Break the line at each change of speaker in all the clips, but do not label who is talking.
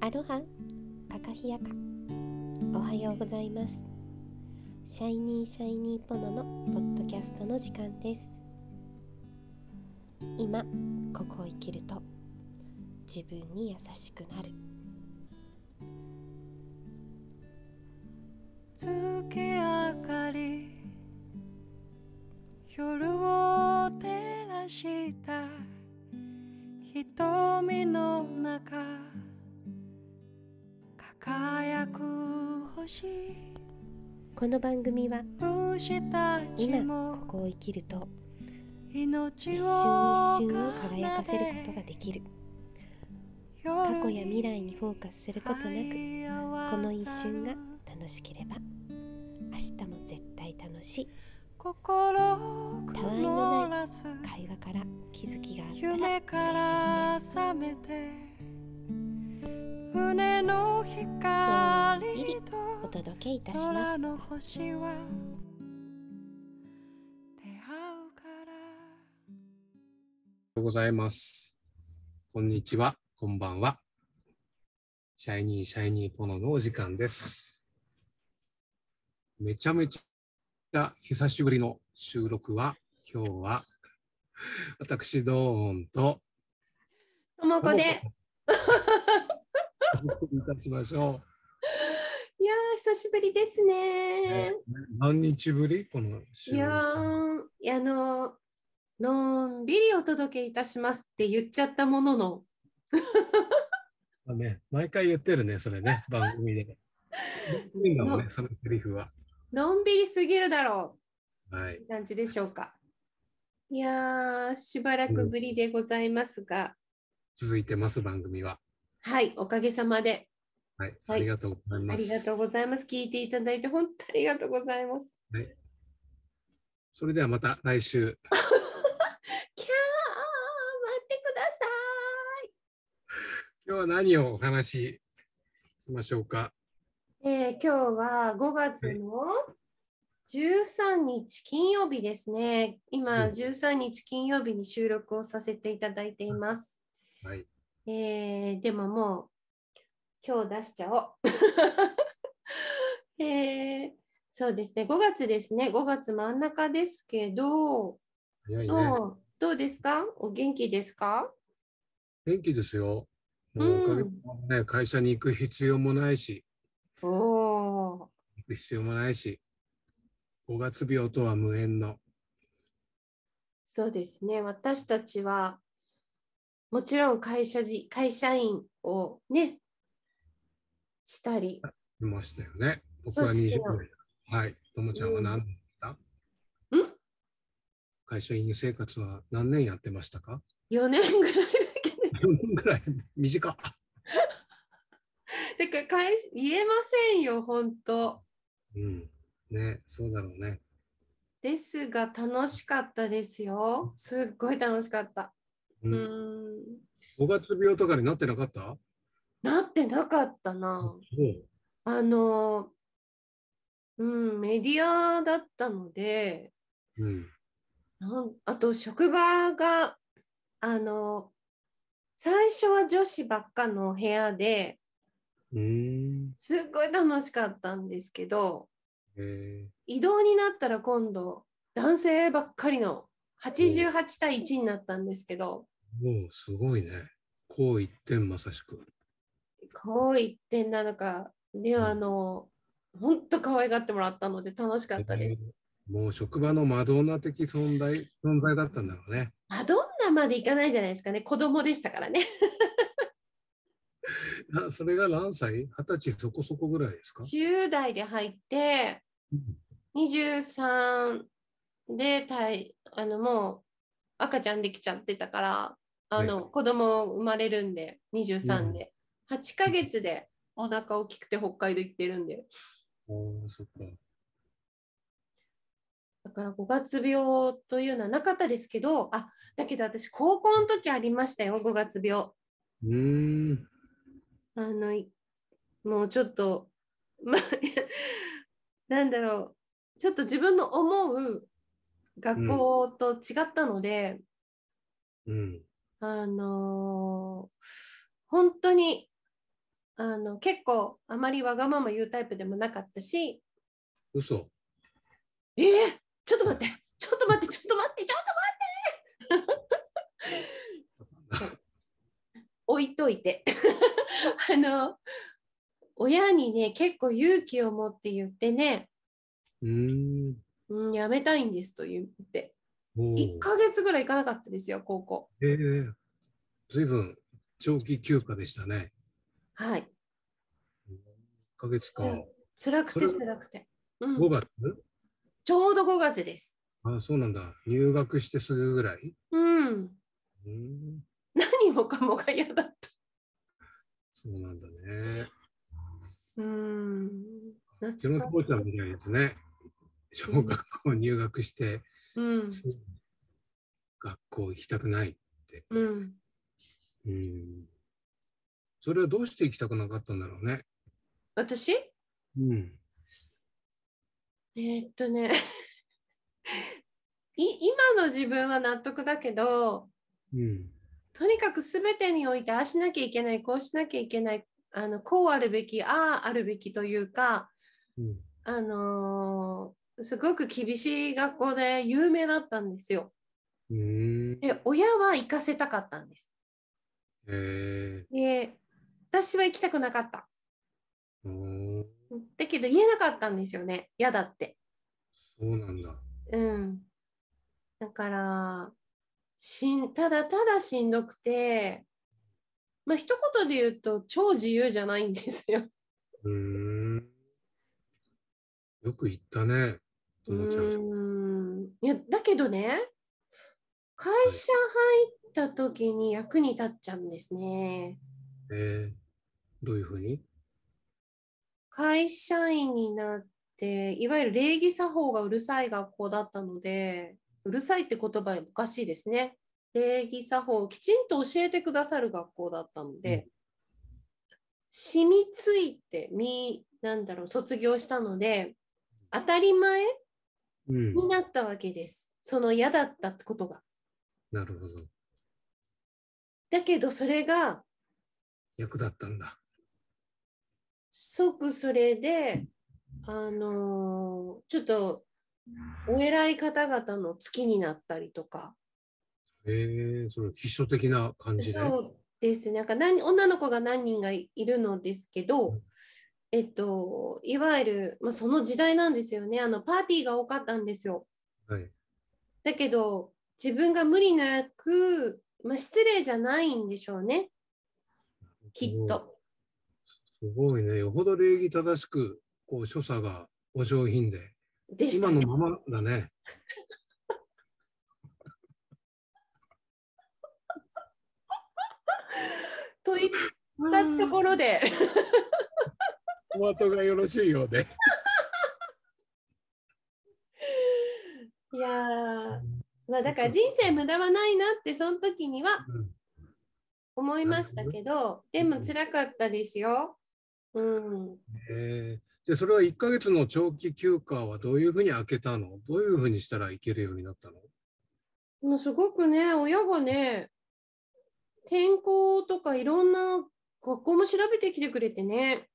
アロハカカヒヤカおはようございますシャイニーシャイニーポノのポッドキャストの時間です今ここを生きると自分に優しくなる
月明かり夜を照らした瞳の中輝く星
この番組は
虫たち
今
も
ここを生きると
命を
一瞬一瞬を輝かせることができる過
過
去や未来にフォーカスすることなく
く
この一瞬が楽しければ明日も絶対楽しい
心
たわいの
ない
会話から気づきがあ
夢
った
から
ら嬉しい
ら
です
覚めて胸の光と
お届けいたしま
空
す
の星は出会うか
おはようございます。こんにちは、こんばんは。シャイニーシャイニーポノのお時間です。めちゃめちゃ久しぶりの収録は、今日は私、ドーンと、
ともこで。いや
お送りいたしましょ
ー、久しぶりです
う。
ね。
何日ぶりこの収
いやー、いやあの、のんびりお届けいたしますって言っちゃったものの、
だね。毎回言ってるね、それね、番組 で。いいんだもんね、そのセリフは。
のんびりすぎるだろ
はいう
っ。て感じでしょうか。いやー、しばらくぶりでございますが、
続いてます、番組は。
はい、おかげさまで。
はい。
はい
ありがとうござい
あ
ます。
りがとうございます。聞いていただいて、本当にありがとうございます。
それではまた来週。
キャー、待ってください。
今日は何をお話ししましょうか。
えー今日は5月の13日金曜日ですね。今、
うん
13日金曜日に収録をさせていただいています。
はい。
えーでももう、今日出しちゃおう。 えーそうですね、5月ですね、5月真ん中ですけど、
早いね。
どうどうですかお元気ですか
元気ですよ。も
うん
うおかげさまでね、会社に行く必要もないし、
おー、
行く必要もないし、5月病とは無縁の。
そうですね、私たちは、もちろん会社じ会社員をね、したり、
いましたよね。僕は
組織
20
の
代。はい。ともちゃんは何年だった、
うん
会社員生活は何年やってましたか
4年ぐらいだけ
?4 年ぐらい短っ。
で、だから会言えませんよ、本当。
うん。ね、そうだろうね。
ですが、楽しかったですよ。すっごい楽しかった。
う。
うんん、
5月病とかになってなかった
なってなかったな。
そう。
あの、うん、メディアだったので、
うん。
なんあと職場があの最初は女子ばっかの部屋で
うーん。
すっごい楽しかったんですけど
え
移動になったら今度男性ばっかりの88対1になったんですけど
ー、もうすごいね。こう一点まさしく。
こう一点なのかで
うん
あの本当可愛がってもらったので楽しかったです。
もう職場のマドンナ的存在存在だったんだろうね。
マドンナまでいかないじゃないですかね子供でしたからね。
なそれが何歳二十歳そこそこぐらいですか、
10代で入って
うん
23で退あのもう赤ちゃんできちゃってたからあの、
はい
子供生まれるんで
う
23
ん
で、8ヶ月でお腹大きくて北海道行ってるんで
おーそっか。
だから5月病というのはなかったですけどあだけど私高校の時ありましたよ5月病
うーん。
あのいもうちょっとま あなんだろうちょっと自分の思う学校と違ったので、
うん。
あのー本当にあの結構あまりわがまま言うタイプでもなかったし、
嘘。
えー、ちょっと待って、ちょっと待って、ちょっと待って、ちょっと待って置いといて。 あの、親にね、結構勇気を持って言ってね、
うーん。
うん、やめたいんですと言って、
おー
1ヶ月ぐらい行かなかったですよ、高校。
えー、ずいぶん長期休暇でしたね。
はい。
1ヶ月間。
うん辛くて
それ
辛くて。うん
5月
ちょうど5月です。
あ、そうなんだ。入学してすぐぐらい
うん。
うーん。
何もかもが嫌だった。
そうなんだね。
うん。
うちの父ちゃんみたいですね。小学校入学して、
うん。
学校行きたくないって。
うん。
うん。それはどうして行きたくなかったんだろうね。
私え
うん。
ーっとね い今の自分は納得だけど
うん。
とにかく全てにおいてああしなきゃいけないこうしなきゃいけないあのこうあるべきあああるべきというか
うん。
あのーすごく厳しい学校で有名だったんですよ。
うーん。
で親は行かせたかったんです。
え
で私は行きたくなかった。
ー、おー
だけど言えなかったんですよね嫌だって。
そうなんだ。
うん。だから、しん、ただただしんどくて、まあ一言で言うと超自由じゃないんですよ。
うーん。よく言ったね、
う
ともちゃん。
ん。いや、だけどね、会社入った時に役に立っちゃうんですね。
えー、どういうふうに
会社員になって、いわゆる礼儀作法がうるさい学校だったので、うるさいって言葉おかしいですね。礼儀作法をきちんと教えてくださる学校だったので、染みついてみ、なんだろう、卒業したので、当たり前
うん。
になったわけです。その嫌だったことが。
なるほど。
だけどそれが、
役だったんだ。
即それで、あのーちょっと、お偉い方々の月になったりとか、
えー、それ、秘書的な感じで。
そうですね。なんか何女の子が何人がいるのですけど、えっと、いわゆる、まあ、その時代なんですよね。あのパーティーが多かったんですよ。
はい。
だけど、自分が無理なく、まあ、失礼じゃないんでしょうね。きっと。
すごいね。よほど礼儀正しく、こう、所作がお上品で、
でした
今。のままだね。
といったところで、
お後がよろしいようで。
いやーまあだから人生無駄はないなって、その時には
うん
思いましたけど、でも辛かったですよ。うん。
えー、じゃあそれは1ヶ月の長期休暇はどういうふうに開けたのどういうふうにしたらいけるようになったの
もうすごくね、親がね、転校とかいろんな学校も調べてきてくれてね、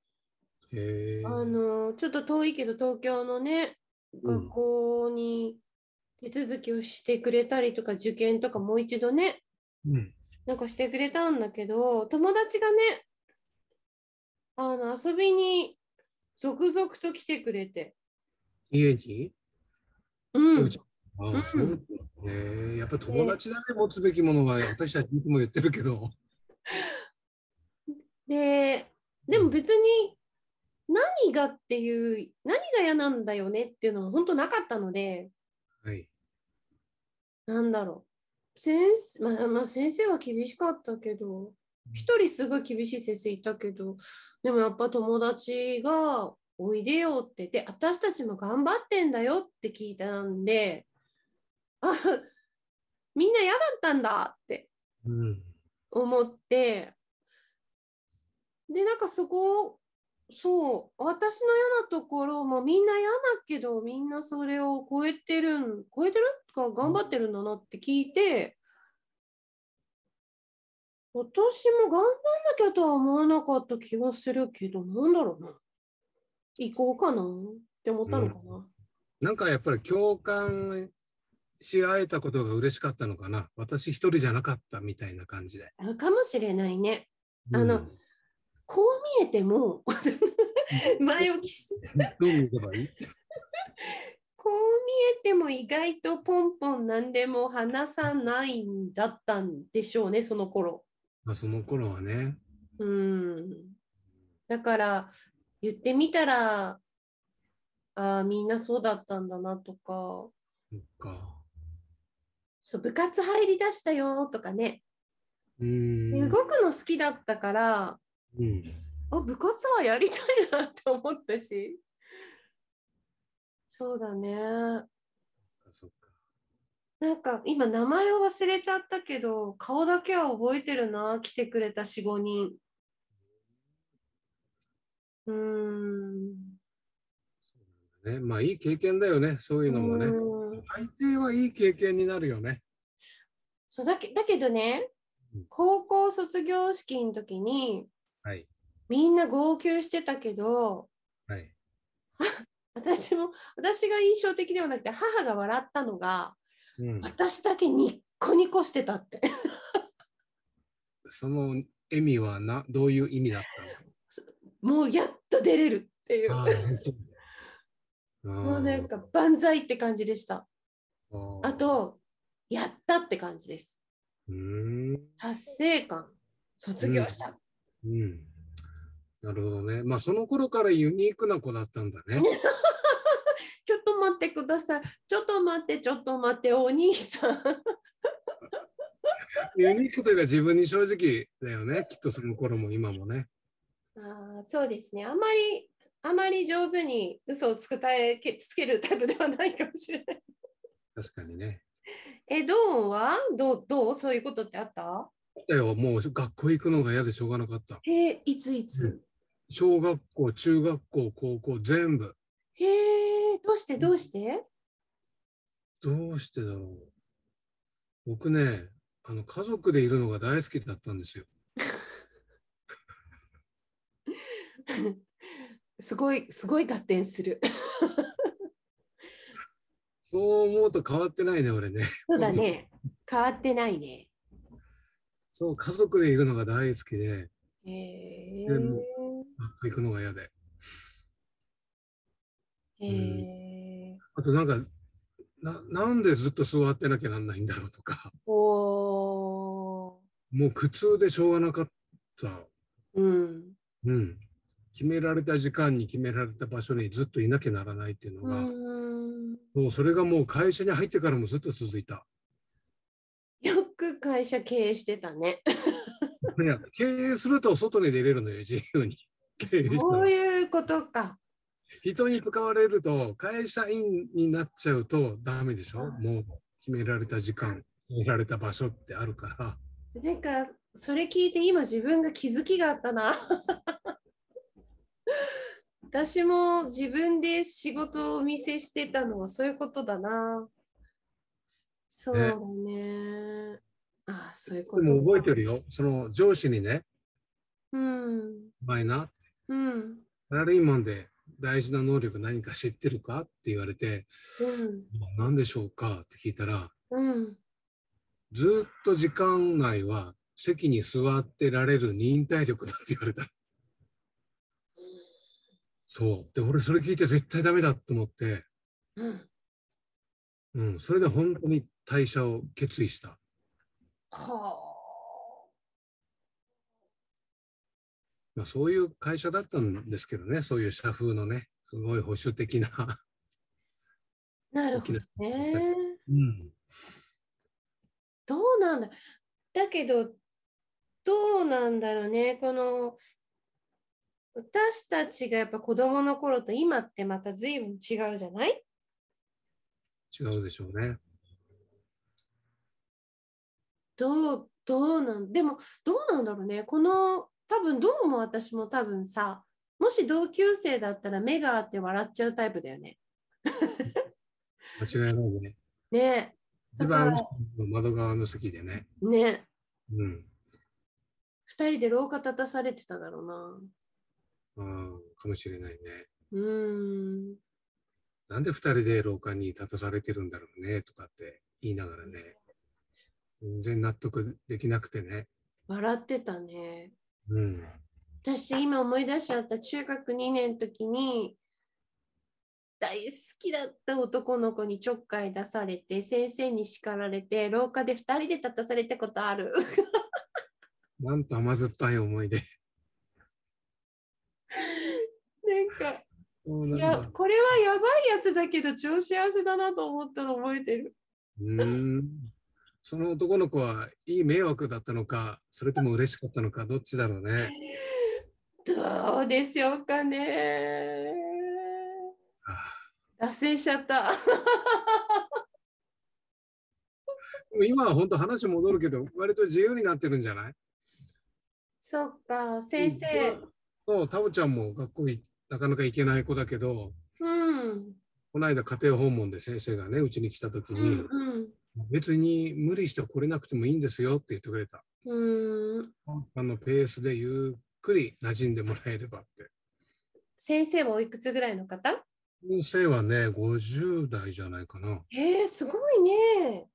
えー、
あのちょっと遠いけど東京のね、
うん
学校に手続きをしてくれたりとか、受験とかもう一度ね、
うん、
なんかしてくれたんだけど、友達がね、あの遊びに続々と来てくれて、
家に
う
うんち、ああ、そうなんだね。やっぱ友達だね、持つべきものは、私たちいつも言ってるけど。
で、でも別に何がっていう、何が嫌なんだよねっていうのも本当なかったので、
はい。
なんだろう。先生、まあ、まあ先生は厳しかったけど、一人すごい厳しい先生いたけど、でもやっぱ友達がおいでよって、で、私たちも頑張ってんだよって聞いたんで、あ、みんな嫌だったんだって。
うん。
思ってでなんかそこをそう私の嫌なところもみんな嫌だけどみんなそれを超えてるん超えてるか頑張ってるんだなって聞いて私も頑張んなきゃとは思わなかった気がするけど、なんだろうな。行こうかなって思ったのかな。
なんかやっぱり共感し合えたことが嬉しかったのかな。私一人じゃなかったみたいな感じで。
あかもしれないね。あの
うん
こう見えても、前置きし
どう見ればいい
こう見えても意外とポンポン何でも話さないんだったんでしょうね、その頃。
まあその頃はね。
うん。だから言ってみたら、ああ、みんなそうだったんだなとか、
そっか。
そう部活入りだしたよとかね、
う
で
ん。
動くの好きだったから、
うん。
あ、部活はやりたいなって思ったし。そうだね。
そっか。
なんか今名前を忘れちゃったけど、顔だけは覚えてるな、来てくれた4、5人。うーん。
ね、まあいい経験だよね。そういうのもね。
うん
大抵はいい経験になるよね。
そうだけだけどね
うん、
高校卒業式の時に
はい。
みんな号泣してたけど、
はい。
私も、私が印象的ではなくて母が笑ったのが、
うん。
私だけニッコニコしてたって。
その笑みはな、どういう意味だった
もうやっと出れるっていう。
の
も
あーそうあー。
うなんか万歳って感じでした。
あー
あ、と、やったって感じです。
うーん。
達成感、卒業した。
うん。なるほどね。まあその頃からユニークな子だったんだね。
ちょっと待ってください。ちょっと待って、ちょっと待って、お兄さん。
ユニークというか自分に正直だよね。きっとその頃も今もね。
あーそうですね。あまり、あまり上手に嘘をつくたえけつけるタイプではないかもしれない。
確かにね。
え、どうはどう、どうそういうことってあった
だよ、もう学校行くのが嫌でしょうがなかった。
へえ、いついつ。
小学校、中学校、高校、全部。
へえ、どうして、どうして
どうしてだろう。僕ね、あの家族でいるのが大好きだったんですよ。
すごい、すごい合点する。
そう思うと変わってないね、俺ね。
そうだ ね。変わってないね。
そう、家族でいるのが大好きで、
へえ。
でも学校行くのが嫌で。
へえ。
あとなんか、ななんでずっと座ってなきゃなんないんだろうとか、
おー
もう苦痛でしょうがなかった。
うん。
うん。決められた時間に決められた場所にずっといなきゃならないっていうの
う
が、
ん。
もうそれがもう会社に入ってからもずっと続いた。
よく会社経営してたね。
いや、経営すると外に出れるのよ、自由 に。経営したら
そういうことか。
人に使われると、会社員になっちゃうとダメでしょもう決められた時間、決められた場所ってあるから。
なんか、それ聞いて今自分が気づきがあったな。 私も自分で仕事をお見せしてたのはそういうことだな。そうだね。ああ、そういうこ
で
と。
も覚えてるよ。その上司にね、
うん。
お前な、
うん。うん。
サラリーマンで大事な能力何か知ってるかって言われて、何でしょうかって聞いたら、
うん。
ずっと時間内は席に座ってられる忍耐力だって言われた。そう。で、俺それ聞いて絶対ダメだと思って、
うん。
うん、それで本当に退社を決意した。
は
まあ、そういう会社だったんですけどね、そういう社風のね、すごい保守的な。
あ。なるほど
大きな
ね。
うん。
どうなんだ。だけど、どうなんだろうね。この、私たちがやっぱ子供の頃と今ってまた随分違うじゃない
違うでしょうね。
どう、どうなん、でもどうなんだろうね。この、多分どうも私も多分さ、もし同級生だったら目があって笑っちゃうタイプだよね。
間違いないね。
ね
一番後ろの窓側の席でね。
え、ねえ。
うん。
二人で廊下立たされてただろうな。
うん、かもしれないね。
うーん。
なんで二人で廊下に立たされてるんだろうねとかって言いながらね、全然納得できなくてね。
笑ってたね。
うん。
私今思い出しちゃった中学2年の時に大好きだった男の子にちょっかい出されて先生に叱られて廊下で2人で立たされたことある
なんと甘酸っぱい思い出。
なんか
そうなん
いや
だ
これはやばいやつだけど超幸せだなと思ったの覚えてる
うーん。その男の子はいい迷惑だったのか、それとも嬉しかったのか、どっちだろうね。
どうでしょうかね
ああ
脱線しちゃった
でも今は本当話戻るけど、割と自由になってるんじゃない
そっか先生
そう、タオちゃんも学校いなかなか行けない子だけど、
うん
この間家庭訪問で先生がね、うちに来た時
う
に、
んうん
別に無理して来れなくてもいいんですよって言ってくれた。
うん
あのペースでゆっくり馴染んでもらえればって。
先生はおいくつぐらいの方
先生はね、50代じゃないかな。
えー、すごいね。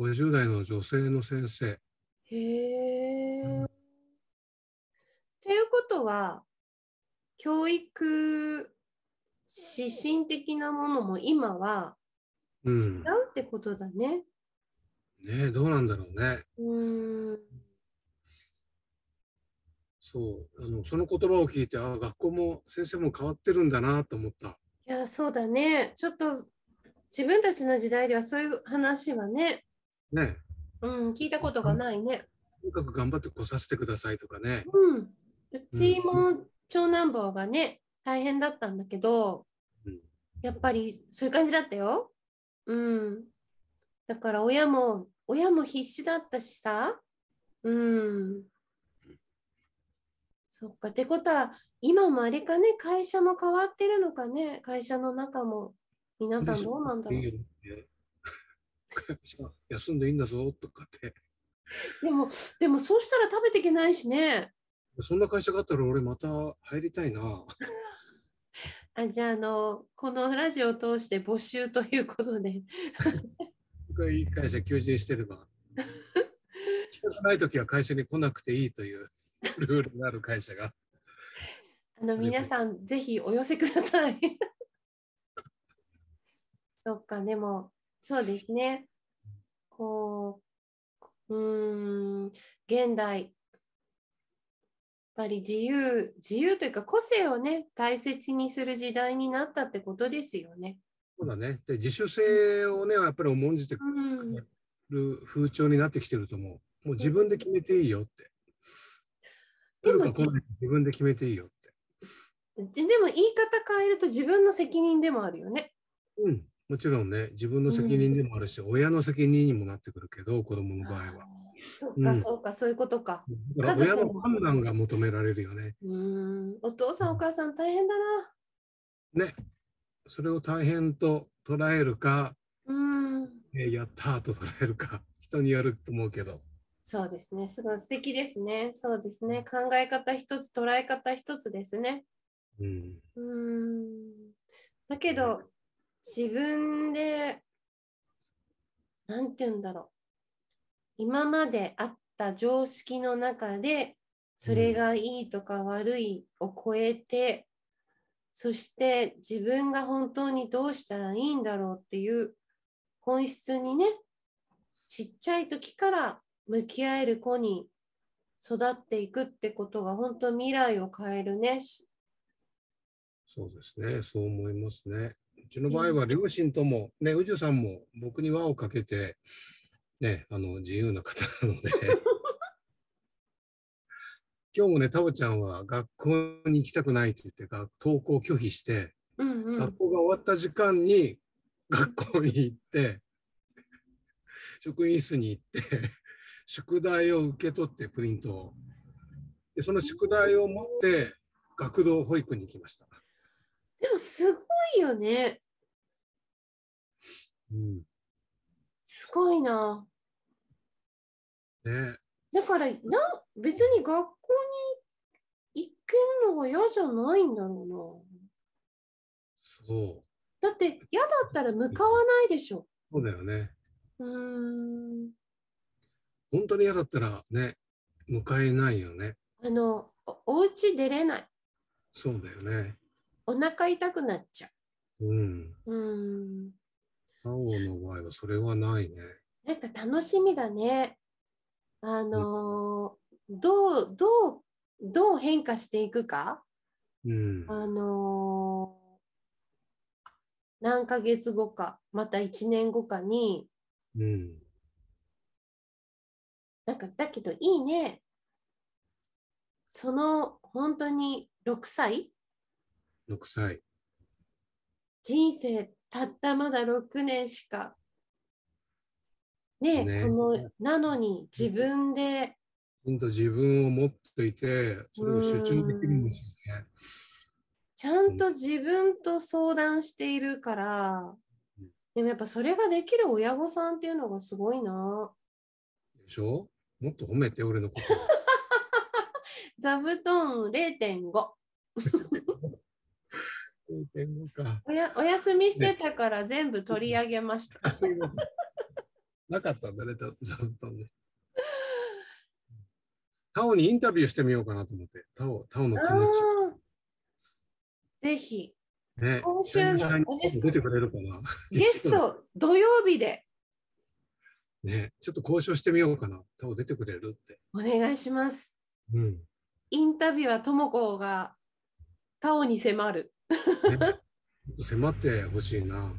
50代の女性の先生。
へえ。
うん
ということは、教育指針的なものも今は
う。
違うん
ね
ってことだね。
どうなんだろうね。
うーん。
そう。あのその言葉を聞いて、あ学校も先生も変わってるんだなと思った。
いや、そうだね。ちょっと自分たちの時代ではそういう話はね、
ね。
うん、聞いたことがないね。
とにかく頑張って来させてくださいとかね。
うん。うちも長男坊がね、大変だったんだけど
うん、
やっぱりそういう感じだったよ。うん。だから親も、親も必死だったしさ。うん。そっか。ってことは、今もあれかね、会社も変わってるのかね、会社の中も。皆さんどうなんだろ。
いいうよね休んで いいんだぞとかって。
でも、でもそうしたら食べていけないしね。
そんな会社があったら俺また入りたいな。
あ、じゃあ、あの、このラジオを通して募集ということで。
いい会社求人してれば。来たくないときは会社に来なくていいというルールがある会社が。
あの
ありが
皆
とう
さん、ぜひお寄せください。 そっか、でも、そうですね。こう、うーん、現代、やっぱり自由、自由というか、個性をね、大切にする時代になったってことですよね。
そうだね。で、自主性をね、やっぱり重んじてく
うん、
る風潮になってきてると思う。もう自分で決めていいよって。来
で
る
も
か来ないか自分で決めていいよって。
ででも、言い方変えると自分の責任でもあるよね。
うん。もちろんね、自分の責任でもあるし、親の責任にもなってくるけど、子供の場合は。
そっ
う
か、
ん
そうか、そういうことか。
だから
家族
親
も
の判断が求められるよね。
うーん、お父さん、お母さん、大変だな。
ね。それを大変と捉えるか、
うん。
えーやったーと捉えるか、 人によると思うけど。
そうですね。すごい素敵ですね。そうですね。考え方一つ、捉え方一つですね。
うん。
うーん。だけど、自分で、なんて言うんだろう。今まであった常識の中で、それがいいとか悪いを超えて、そして自分が本当にどうしたらいいんだろうっていう本質にね、ちっちゃい時から向き合える子に育っていくってことが本当未来を変えるね、
そうですね。そう思いますね。うちの場合は両親とも、ね、宇宙さんも僕に輪をかけて、ね、あの、自由な方な ので。今日もね、タオちゃんは学校に行きたくないって言って、が登校を拒否して、
うんうん、
学校が終わった時間に学校に行って、職員室に行って、宿題を受け取ってプリントを。で、その宿題を持って学童保育に行きました。
でもすごいよね。
うん、
すごいな。
ね
だからな別に学校に行けるのが嫌じゃないんだろ
そう
な。だって嫌だったら向かわないでしょ。
う。そうだよね。
うーん
本当に嫌だったらね、迎えないよね。
あのおお家出れない。
そうだよね。
お腹痛くなっちゃ
うん。
う。うーん
タオの場合はそれはないね。
なんか楽しみだね。あのーどうどうどう変化していくか。
うん。
あのー何ヶ月後かまた1年後かに
うん。
なんかだけどいいねその本当に6歳
6歳。
人生たったまだ6年しかねえ
ね
このなのに自分で
ちゃんと自分を持っていて、それを主張できるんですよね。
ちゃんと自分と相談しているから
うん
でもやっぱそれができる親御さんっていうのがすごいな
でしょもっと褒めて、俺のこ
座布団0.5
と。0.5か。
おやお休みしてたから全部取り上げました。
なかったんだね、た座布団ね。タオにインタビューしてみようかなと思って。タオ、タオの気
あ
持
ーぜひ
ち。ね。
今週のあれですか
出てくれるかな。
ゲスト土曜日で
ね。ちょっと交渉してみようかな。タオ出てくれるって。
お願いします。
うん。
インタビュアーともこがタオに迫る。
ねちょっと迫ってほしいな。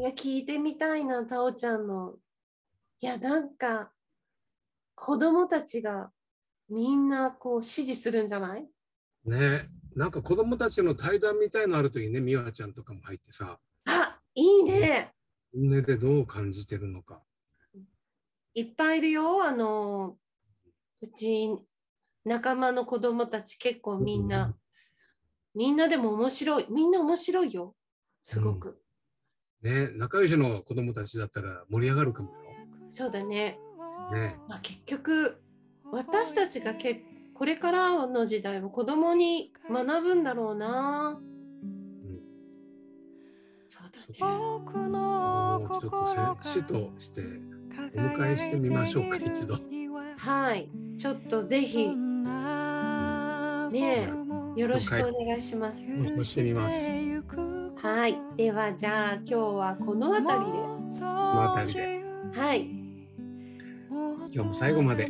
いや聞いてみたいなタオちゃんの。いやなんか子供たちがみんなこう支持するんじゃない
ね。なんか子供たちの対談みたいのあるといいね。美和ちゃんとかも入ってさ、
あいいね。
本音でどう感じてるのか。
いっぱいいるよ。あのうち仲間の子供たち結構みんな。みんなでも面白い。みんな面白いよ。すごく。
ね。仲良しの子供たちだったら盛り上がるかもよ。
そうだね。
ね
まあ、結局、私たちが結これかららの時代も子供に学ぶんだろうな。そうだね。
僕
も
の
うちょっとせ
心
師としてお迎えしてみましょうか一度
はい。ちょっとぜひ、よね
ねえ
ろしくお願いします。
ろしくお願いし
はい。では、じゃあ、今日はこの辺りで。
の
辺り
で
はい
今
日も最後まで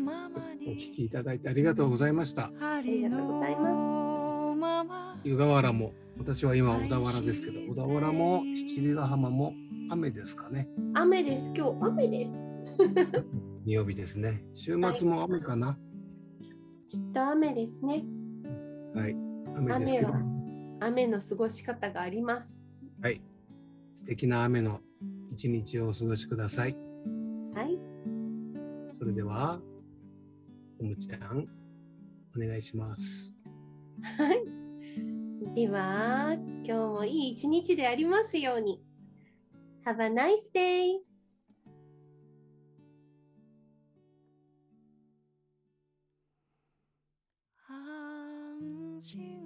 お聞きいただいてありがとうございました。
あ
りがとうござい
ま
湯河原も私は今小田原ですけど小田原も七里ヶ浜も雨ですかね
雨です。今日、雨です。
日曜日ですね週末も雨かな
きっと雨ですね。
はい雨ですけど
雨雨の過ごし方があります。
はい素敵な雨の一日をお過ごしください
はい。
それではともちゃんお願いします
はい。では、今日もいい一日でありますように。Have a nice day!
「安心